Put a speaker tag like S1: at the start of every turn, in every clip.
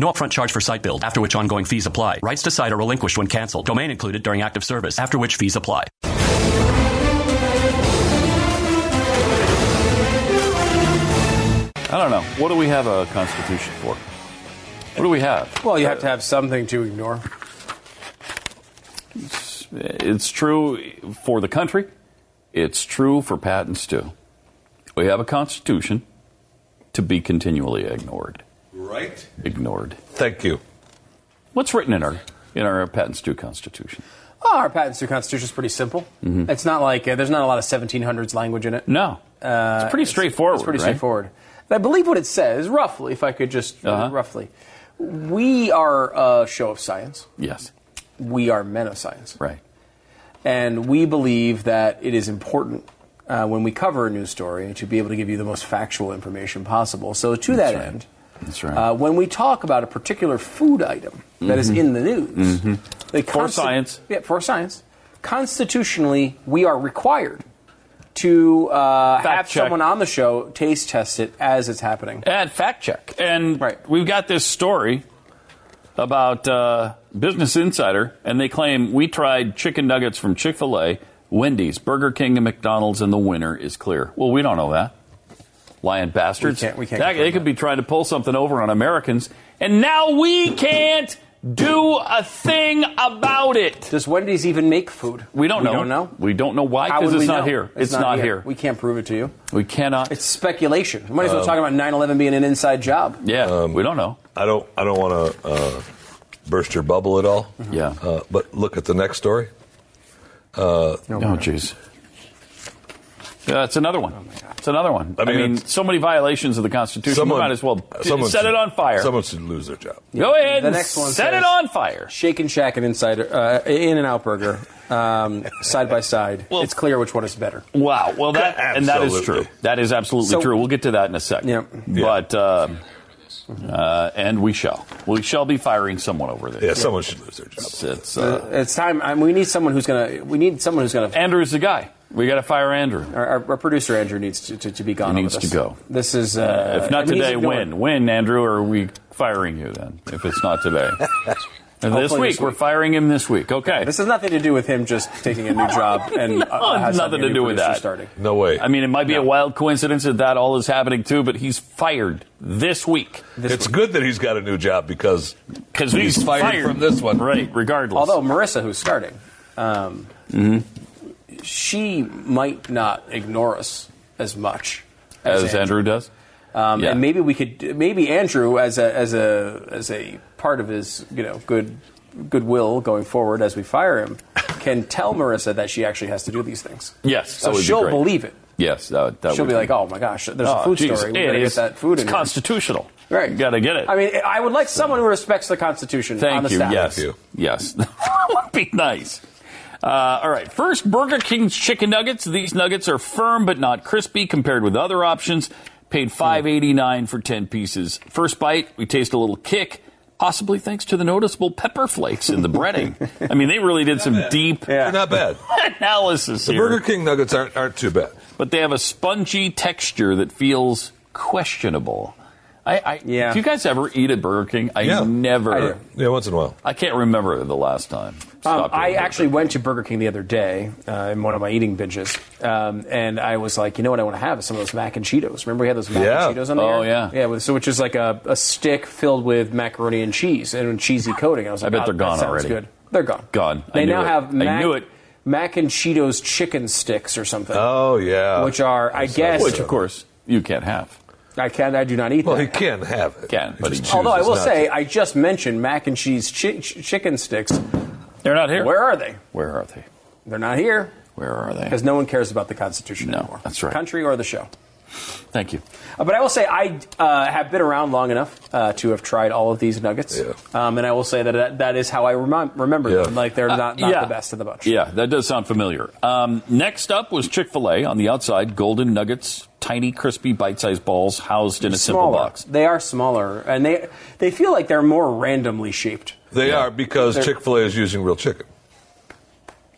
S1: No upfront charge for site build, after which ongoing fees apply. Rights to site are relinquished when canceled. Domain included during active service, after which fees apply.
S2: I don't know. What do we have a constitution for? What do we have?
S3: Well, you have to have something to ignore.
S2: It's true for the country. It's true for patents too. We have a constitution to be continually ignored.
S4: Right?
S2: Ignored.
S4: Thank you.
S2: What's written in our in our patents too constitution?
S3: Oh, our patents to constitution is pretty simple.
S2: Mm-hmm.
S3: It's not like uh, there's not a lot of 1700s language in it.
S2: No,
S3: Uh,
S2: it's pretty straightforward.
S3: It's pretty
S2: right?
S3: straightforward. And I believe what it says, roughly, if I could just uh,
S2: Uh-huh.
S3: roughly, we are a show of science.
S2: Yes,
S3: We are men of science.
S2: right.
S3: And we believe that it is important uh, when we cover a news story to be able to give you the most factual information possible. So, to that
S2: right.
S3: end,
S2: That's right.
S3: uh, when we talk about a particular food item that is in the news, they
S2: Mm-hmm. For science.
S3: Yeah, for science. Constitutionally, we are required to uh,
S2: Fact
S3: have
S2: check.
S3: someone on the show taste test it as it's happening.
S2: And fact check. And
S3: Right.
S2: we've got this story about uh, Business Insider, and they claim we tried chicken nuggets from Chick fil A, Wendy's, Burger King, and McDonald's, and the winner is clear. Well, we don't know that. Lying bastards.
S3: We can't- we can't
S2: That- they
S3: confirm
S2: could be trying to pull something over on Americans, and now we can't do a thing about it.
S3: Does Wendy's even make food?
S2: We don't know.
S3: We don't know.
S2: We don't know why
S3: How
S2: because
S3: would
S2: it's
S3: we
S2: not
S3: know?
S2: here. It's, not, here.
S3: We can't prove it to you.
S2: We cannot.
S3: It's speculation. We might as well talk about 9/11 being an inside job.
S2: Oh. yeah, we don't know.
S4: I don't. I don't want to uh, burst your bubble at all.
S2: Yeah.
S4: Uh, but look at the next story.
S2: Oh, jeez. Yeah, Uh, it's another one. It's another one. I
S4: I
S2: mean,
S4: mean, it's-
S2: so many violations of the Constitution. we might as well
S4: someone
S2: set
S4: should-
S2: it on fire.
S4: Someone should lose their job.
S2: Go ahead
S3: The
S2: and
S3: next one
S2: set
S3: says-
S2: it on fire.
S3: Shake and Shack and Insider, uh, In and Out Burger, um, side by side.
S2: Well-
S3: it's clear which one is better.
S2: Wow. Well, that and that is true.
S4: Absolutely.
S2: That is absolutely
S3: So-
S2: true. We'll get to that in a second.
S3: Yep.
S4: Yeah.
S2: But uh, uh, and we shall. We shall be firing someone over there.
S4: Yeah. Someone should lose their job.
S2: It's, it's, uh,
S3: It's time. I mean, we need someone who's gonna. We need someone who's gonna.
S2: Andrew's the guy. We got to fire Andrew.
S3: Our, our, our producer Andrew needs to, to, to be gone.
S2: He
S3: over
S2: needs to
S3: this.
S2: go.
S3: This is. Uh,
S2: If not
S3: I mean, he's
S2: today,
S3: ignored.
S2: when? When, Andrew, are we firing you then? If it's not today. And this,
S3: Hopefully
S2: week,
S3: this
S2: we're
S3: week.
S2: firing him this week. Okay.
S3: This has nothing to do with him just taking a new job and
S2: No,
S3: uh, has
S2: nothing
S3: having
S2: to
S3: a new
S2: do with
S3: producer
S2: that.
S3: Starting.
S4: No way.
S2: I mean, it might be a wild coincidence that that all is happening too, but he's fired this week
S4: it's good that he's got a new job because
S2: because he's,
S4: fired from this one.
S2: right? Regardless,
S3: Although Marissa, who's starting, um,
S2: Mm-hmm.
S3: she might not ignore us as much
S2: as Andrew does,
S3: Um,
S2: Yeah.
S3: And maybe we could, maybe Andrew, as a as a as a part of his, you know, good goodwill going forward, as we fire him, can tell Marissa that she actually has to do these things.
S2: yes, that
S3: so
S2: would be
S3: she'll
S2: great.
S3: believe it.
S2: Yes, that, that
S3: She'll
S2: would
S3: be like, "Oh my gosh, there's
S2: Oh,
S3: a food
S2: geez,
S3: story. We
S2: it
S3: gotta
S2: is-
S3: get that food
S2: it's
S3: in here."
S2: constitutional.
S3: Right.
S2: You got to get it.
S3: I mean, I would like someone who respects the Constitution on
S2: Thank
S3: the
S2: you.
S3: staff.
S2: Yes.
S4: Thank you.
S2: Yes. that would be nice. Uh, all right. First, Burger King's chicken nuggets. These nuggets are firm but not crispy compared with other options. Paid five eighty nine for ten pieces. First bite, we taste a little kick, possibly thanks to the noticeable pepper flakes in the breading. I mean, they really did some deep
S4: they're not bad.
S2: analysis
S4: The
S2: here
S4: Burger King nuggets aren't aren't too bad.
S2: but they have a spongy texture that feels questionable. I, I
S3: Yeah.
S2: Do you guys ever eat at Burger King? I
S4: Yeah.
S3: I
S2: never.
S3: do.
S4: Yeah, once in a while.
S2: I, can't remember the last time.
S3: Um,
S2: Stopped at
S3: I
S2: Burger
S3: actually
S2: King.
S3: went to Burger King the other day uh, in one of my eating binges, um, and I was like, you know what I want to have is some of those mac and Cheetos. Remember we had those mac
S4: Yeah.
S3: and Cheetos on the
S2: Oh,
S3: air?
S2: yeah.
S3: yeah. with- So which is like a, a stick filled with macaroni and cheese and a cheesy coating. I was like,
S2: bet
S3: "Oh,
S2: they're gone
S3: that sounds
S2: already."
S3: Good, they're gone.
S2: Gone. I
S3: They
S2: knew
S3: now
S2: it. I
S3: have mac,
S2: knew it.
S3: mac and Cheetos chicken sticks or something.
S4: Oh yeah.
S3: Which are, I guess-
S2: which of course you can't have.
S3: I can not I do not eat
S4: Well,
S3: that.
S4: he can have it.
S2: Can, but he
S4: just
S2: chooses
S3: Although I will
S4: not
S3: say,
S4: to.
S3: I just mentioned mac and cheese chi- ch- chicken sticks.
S2: They're not here.
S3: Where are they?
S2: Where are they?
S3: They're not here
S2: Where are they?
S3: because no one cares about the Constitution
S2: No,
S3: anymore.
S2: that's right.
S3: Country or the show.
S2: Thank you.
S3: Uh, But I will say I uh, have been around long enough uh, to have tried all of these nuggets,
S4: Yeah.
S3: um, and I will say that that, that is how I remem- remember
S4: Yeah.
S3: them. Like they're not, not
S2: yeah.
S3: the best of the bunch.
S2: Yeah, that does sound familiar. Um, next up was Chick fil A on the outside, golden nuggets, tiny, crispy, bite sized balls housed in a simple
S3: smaller.
S2: box.
S3: They are smaller, and they they feel like they're more randomly shaped.
S4: they are because Chick Fil A is using real chicken.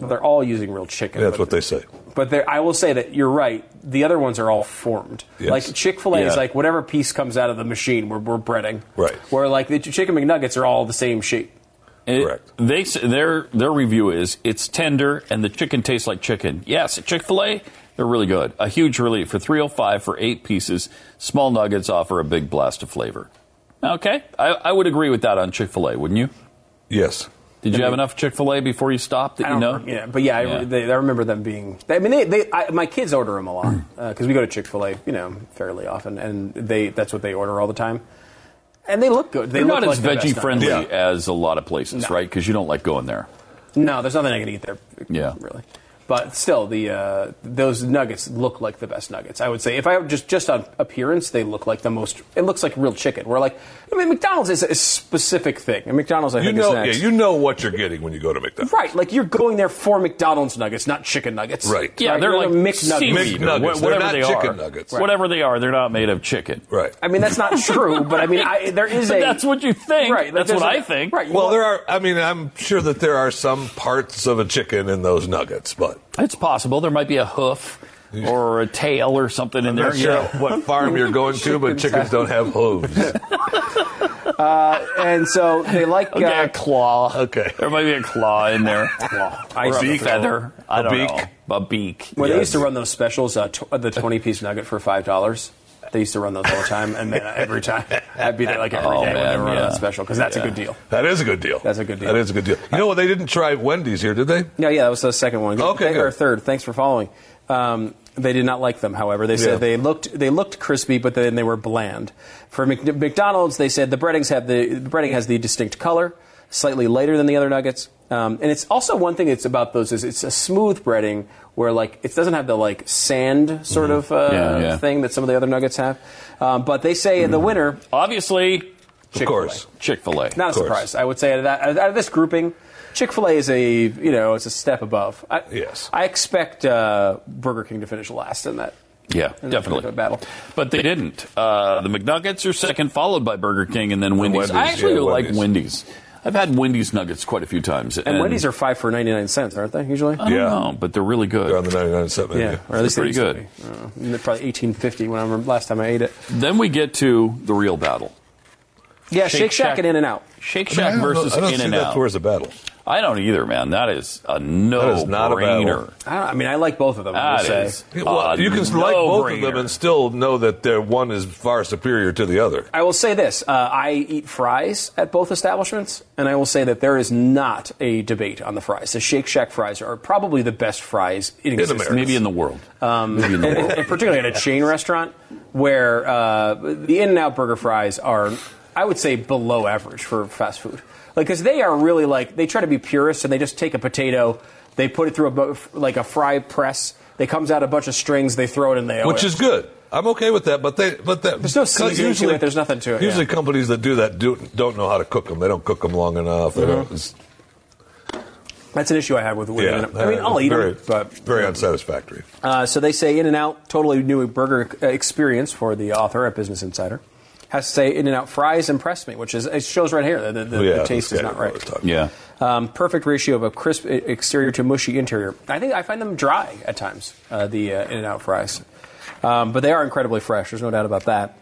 S3: They're all using real chicken.
S4: That's
S3: but-
S4: what they say.
S3: But they're- I will say that you're right. The other ones are all formed.
S4: Yes.
S3: Like Chick Fil A
S2: Yeah.
S3: is like whatever piece comes out of the machine we're, we're breading.
S4: Right.
S3: Where like the chicken McNuggets are all the same shape.
S2: It-
S4: Correct.
S2: They s- their their review is it's tender and the chicken tastes like chicken. Yes, at Chick fil A, they're really good. A huge relief for three oh five for eight pieces. Small nuggets offer a big blast of flavor. Okay, I, I would agree with that on Chick fil A, wouldn't you?
S4: Yes.
S2: Did you have enough Chick fil A before you stopped that
S3: I
S2: you
S3: don't
S2: know?
S3: Yeah, but yeah, I, they, I remember them being. I mean, they, they I, my kids order them a lot
S2: Mm.
S3: because we go to Chick Fil A, you know, fairly often, and they that's what they order all the time. And they look good. They
S2: They're
S3: look
S2: not
S3: like
S2: as
S3: they're
S2: veggie
S3: best
S2: friendly
S4: Yeah.
S2: as a lot of places,
S3: No.
S2: right? Because you don't like going there.
S3: on- No, there's nothing I can eat there.
S2: Yeah.
S3: really. But still, the uh, those nuggets look like the best nuggets. I would say if I just just on appearance, they look like the most. It looks like real chicken. We're like, I mean, McDonald's is a specific thing, and McDonald's I
S4: You
S3: think is
S4: know, yeah,
S3: next.
S4: you know what you're getting when you go to McDonald's.
S3: Right, like you're going there for McDonald's nuggets, not chicken nuggets.
S4: Right.
S2: Yeah,
S3: Right,
S2: they're
S3: you're
S2: like
S3: the McNuggets.
S2: seaweed or
S4: McNuggets.
S2: wha-
S4: They're
S2: whatever
S4: not
S2: they
S4: chicken
S2: are.
S4: nuggets.
S2: Whatever they are, they're not made of chicken.
S4: Right.
S3: I mean, that's not true, but I mean, I, there is a.
S2: That's what you think.
S3: Right.
S2: That's
S3: there's
S2: what
S3: a-
S2: I think.
S3: Right.
S4: well, there are. I mean, I'm sure that there are some parts of a chicken in those nuggets, but
S2: It's possible there might be a hoof or a tail or something in
S4: I'm
S2: there.
S4: not sure
S2: Yeah.
S4: what farm you're going to, but chickens don't have hooves.
S3: And so they like. uh,
S2: Okay, a claw.
S4: Okay.
S2: There might be a claw in there.
S3: I
S2: or a
S3: see.
S2: feather. I don't
S4: beak.
S2: know. A beak.
S3: When they
S4: Yes.
S3: used to run those specials, uh, tw- uh, the 20 piece nugget for $5. They used to run those all the time, and then every time I'd be there like every day
S2: Oh,
S3: when they
S2: man,
S3: were running
S2: yeah.
S3: that special because that's
S2: Yeah.
S3: a good deal.
S4: That is a good deal.
S3: That's a good deal.
S4: That is a good deal. You know what? They didn't try Wendy's here, did they?
S3: Yeah, yeah, that was the second one.
S4: Okay,
S3: Th-
S4: good.
S3: or third. Thanks for following. Um, they did not like them. However, they said
S4: Yeah.
S3: they looked they looked crispy, but then they were bland. For Mc, McDonald's, they said the breadings have the, the breading has the distinct color, slightly lighter than the other nuggets. Um, and it's also one thing that's about those is it's a smooth breading where like it doesn't have the like sand
S4: Mm-hmm.
S3: sort of uh,
S2: Yeah, yeah.
S3: thing that some of the other nuggets have. Um, but they say
S4: Mm-hmm.
S3: in the winner,
S2: Obviously,
S4: Of course.
S2: Chick fil A.
S3: not a
S4: course.
S3: surprise. I would say out of, that, out of this grouping, Chick Fil A is a you know it's a step above. I,
S4: Yes.
S3: I expect uh, Burger King to finish last in that.
S2: Yeah,
S3: in that
S2: definitely.
S3: particular battle.
S2: But they didn't. Uh, the McNuggets are second, followed by Burger King and then Wendy's. I
S4: Wendy's,
S2: actually
S4: yeah,
S2: like
S4: Wendy's.
S2: Wendy's. I've had Wendy's nuggets quite a few times.
S3: And, Wendy's are five for ninety nine cents, aren't they? Usually,
S2: I don't
S4: Yeah.
S2: know, but they're really good.
S4: They're on the 99 cent menu.
S3: yeah, or at least
S2: pretty
S3: they used to
S2: good.
S3: be. Uh, and they're probably eighteen fifty when I remember last time I ate it.
S2: Then we get to the real battle.
S3: Yeah, Shake,
S2: Shake
S3: Shack,
S2: Shack.
S3: and In and Out.
S2: Shake
S4: I mean, I
S2: Shack
S4: don't know-
S2: versus
S4: I don't
S2: In
S4: see
S2: and
S4: that
S2: Out.
S4: towards the battle.
S2: I don't either, man. That is a no
S4: That is not a
S2: brainer.
S4: battle.
S3: I, don't, I mean, I like both of them. I
S2: That
S3: would say.
S2: is
S4: Yeah, well,
S2: a
S4: you can like both of them
S2: no-brainer.
S4: and still know that their one is far superior to the other.
S3: I will say this: uh, I eat fries at both establishments, and I will say that there is not a debate on the fries. The Shake Shack fries are probably the best fries in, existence.
S4: America.
S2: Maybe in the world.
S4: Uh,
S2: Maybe in the
S3: and,
S2: world.
S3: and particularly at a chain restaurant where uh, the In and Out burger fries are, I would say, below average for fast food. Like, because they are really like they try to be purists and they just take a potato, they put it through a bu- like a fry press. They comes out a bunch of strings, they throw it in the
S4: Which
S3: oil.
S4: is good. I'm okay with that, but they but that
S3: There's no seasoning to it, there's nothing to it,
S4: Usually,
S3: yeah.
S4: companies that do that do, don't know how to cook them. They don't cook them long enough. They
S3: Mm-hmm.
S4: don't, it's,
S3: that's an issue I have with with
S4: yeah,
S3: In-N-Out. I mean,
S2: uh,
S3: I'll eat
S4: very,
S3: them, but
S4: very unsatisfactory.
S3: Uh, so they say In and Out, totally new burger uh, experience for the author at Business Insider. Has to say In and Out fries impressed me, which is it shows right here. The, the, the
S4: Oh, yeah, that's
S3: taste is
S4: kind of
S3: not
S4: what I
S3: right.
S4: was talking
S2: yeah.
S3: Um, perfect ratio of a crisp e- exterior to mushy interior. I think I find them dry at times, uh, the uh, In and Out fries. Um, but they are incredibly fresh, there's no doubt about that.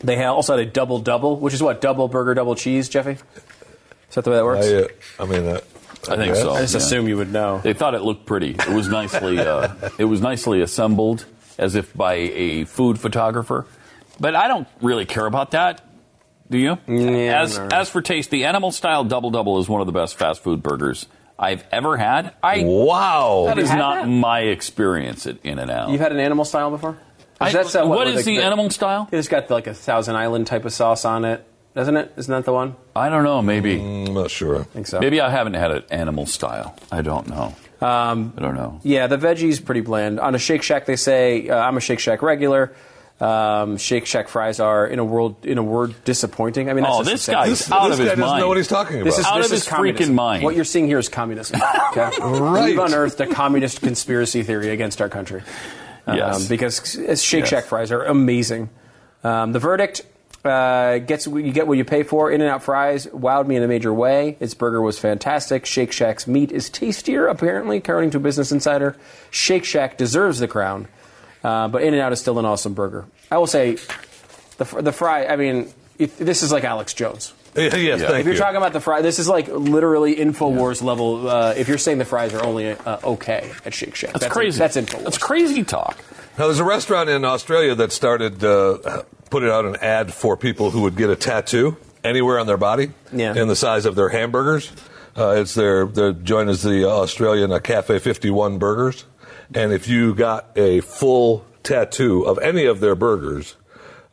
S3: They had- also had a double double, which is what double burger, double cheese, Jeffy. Is that the way that works?
S4: I, uh, I mean, uh,
S2: I think so.
S3: I just
S2: yeah.
S3: assume you would know.
S2: They thought it looked pretty. It was nicely uh, it was nicely assembled as if by a food photographer. But I don't really care about that. Do you?
S3: Yeah,
S2: as
S3: no.
S2: as for taste, the animal style double double is one of the best fast food burgers I've ever had. I
S4: Wow.
S2: that is
S3: had
S2: not
S3: that?
S2: my experience at In and Out.
S3: You've had an animal style before?
S2: I,
S3: That's, uh,
S2: what
S3: where
S2: is the animal style?
S3: It's got like a Thousand Island type of sauce on it, doesn't it? Isn't that the one?
S2: I
S3: I
S2: don't know. Maybe
S4: I'm not sure.
S3: think Mm, so.
S2: maybe I haven't had it animal style. I don't know.
S3: Um,
S2: I don't know.
S3: Yeah, the veggies pretty bland. On a Shake Shack, they say uh, I'm a Shake Shack regular. Um, Shake Shack fries are in a world in a word disappointing. I mean, that's
S2: Oh,
S3: just
S2: this
S3: insane.
S2: guy
S4: This,
S2: is
S4: this
S2: out of
S4: guy
S2: his
S4: doesn't
S2: mind.
S4: know what he's talking about.
S3: This is,
S2: Out
S3: this
S2: of
S3: is
S2: his freaking
S3: communism.
S2: mind.
S3: What you're seeing here is communism. Okay?
S4: Right.
S3: We've unearthed a communist conspiracy theory against our country. Um,
S2: Yes.
S3: Because s- Shake Shack fries are amazing. Um, the verdict uh, gets you get what you pay for. In and Out fries wowed me in a major way. Its burger was fantastic. Shake Shack's meat is tastier, apparently, according to Business Insider. Shake Shack deserves the crown, uh, but In and Out is still an awesome burger. I will say, the fr- the fry. I mean, it, this is like Alex Jones.
S4: yes, thank
S3: If you're
S4: you.
S3: talking about the fry, this is like literally Infowars level. Uh, if you're saying the fries are only uh, okay at Shake Shack,
S2: That's, crazy.
S3: That's Infowars.
S2: That's crazy talk.
S4: Now, there's a restaurant in Australia that started uh, putting out an ad for people who would get a tattoo anywhere on their body,
S3: Yeah.
S4: in the size of their hamburgers. Uh, it's their their joint is the Australian uh, Cafe 51 Burgers, and if you got a full tattoo of any of their burgers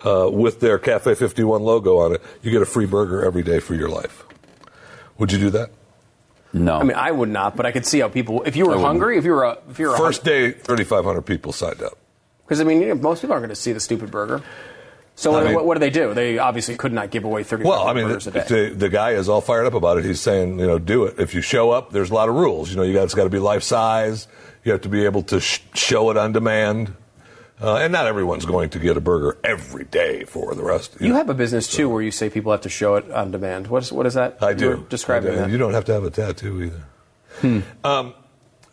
S4: uh, with their Cafe 51 logo on it, you get a free burger every day for your life. Would you do that?
S2: No.
S3: I mean, I would not, but I could see how people. If you
S2: I
S3: were
S2: wouldn't.
S3: hungry, if you were a, if you were
S4: First day, 3,500 people signed up.
S3: because I mean, you know, most people aren't going to see the stupid burger. So what,
S4: I mean-
S3: what, what do they do? They obviously could not give away thirty
S4: Well, I mean,
S3: burgers
S4: the,
S3: a day.
S4: the, the guy is all fired up about it. He's saying, you know, do it. If you show up, there's a lot of rules. You know, you got it's got to be life size. You have to be able to sh- show it on demand. Uh, and not everyone's going to get a burger every day for the rest.
S3: You have a business too, where you say people have to show it on demand. What is what is that?
S4: I
S3: You were
S4: do.
S3: describing
S4: I do.
S3: that. Hmm.
S4: You don't have to have a tattoo either. Um,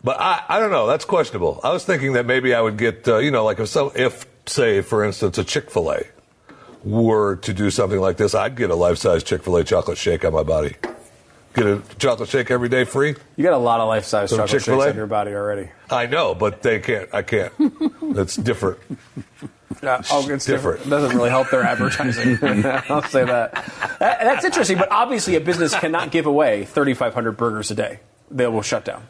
S4: but I, I don't know. That's questionable. I was thinking that maybe I would get, uh, you know, like if so, if say for instance a Chick Fil A were to do something like this, I'd get a life size Chick Fil A chocolate shake on my body. Get a chocolate shake every day free.
S3: You got a lot of life size
S4: Some
S3: chocolate shakes
S4: Chick-fil-A?
S3: on your body already.
S4: I know, but they can't. I can't. That's different.
S3: Uh, oh, it's
S4: Different.
S3: different. It doesn't really help their advertising. I'll say that. That- That's interesting, but obviously a business cannot give away 3,500 burgers a day. They will shut down,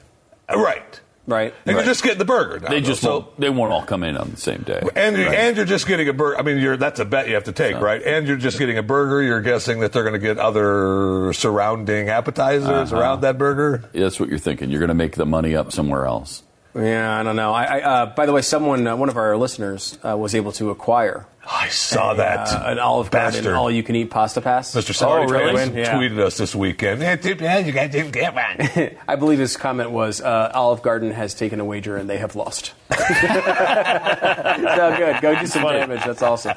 S4: Right.
S3: right?
S4: And
S3: Right.
S4: you're just getting the burger. Now,
S2: they
S4: though,
S2: just
S4: so-
S2: won't, they won't all come in on the same day.
S4: And you're, and you're just getting a burger. I mean, you're, that's a bet you have to take, right? And you're just getting a burger. You're guessing that they're going to get other surrounding appetizers around that burger.
S2: That's what you're thinking. You're going to make the money up somewhere else.
S3: Yeah, I don't know. I, I uh, by the way, someone, uh, one of our listeners, uh, was able to acquire
S4: I saw that.
S3: uh, an Olive Garden
S4: bastard.
S3: all-you-can-eat pasta pass. Oh,
S4: Mr. Sorry
S3: really?
S4: tweeted,
S3: Yeah.
S4: tweeted us this weekend. "Eh, too bad you guys didn't get one.
S3: I believe his comment was uh, Olive Garden has taken a wager and they have lost. so good. Go do some damage. That's awesome.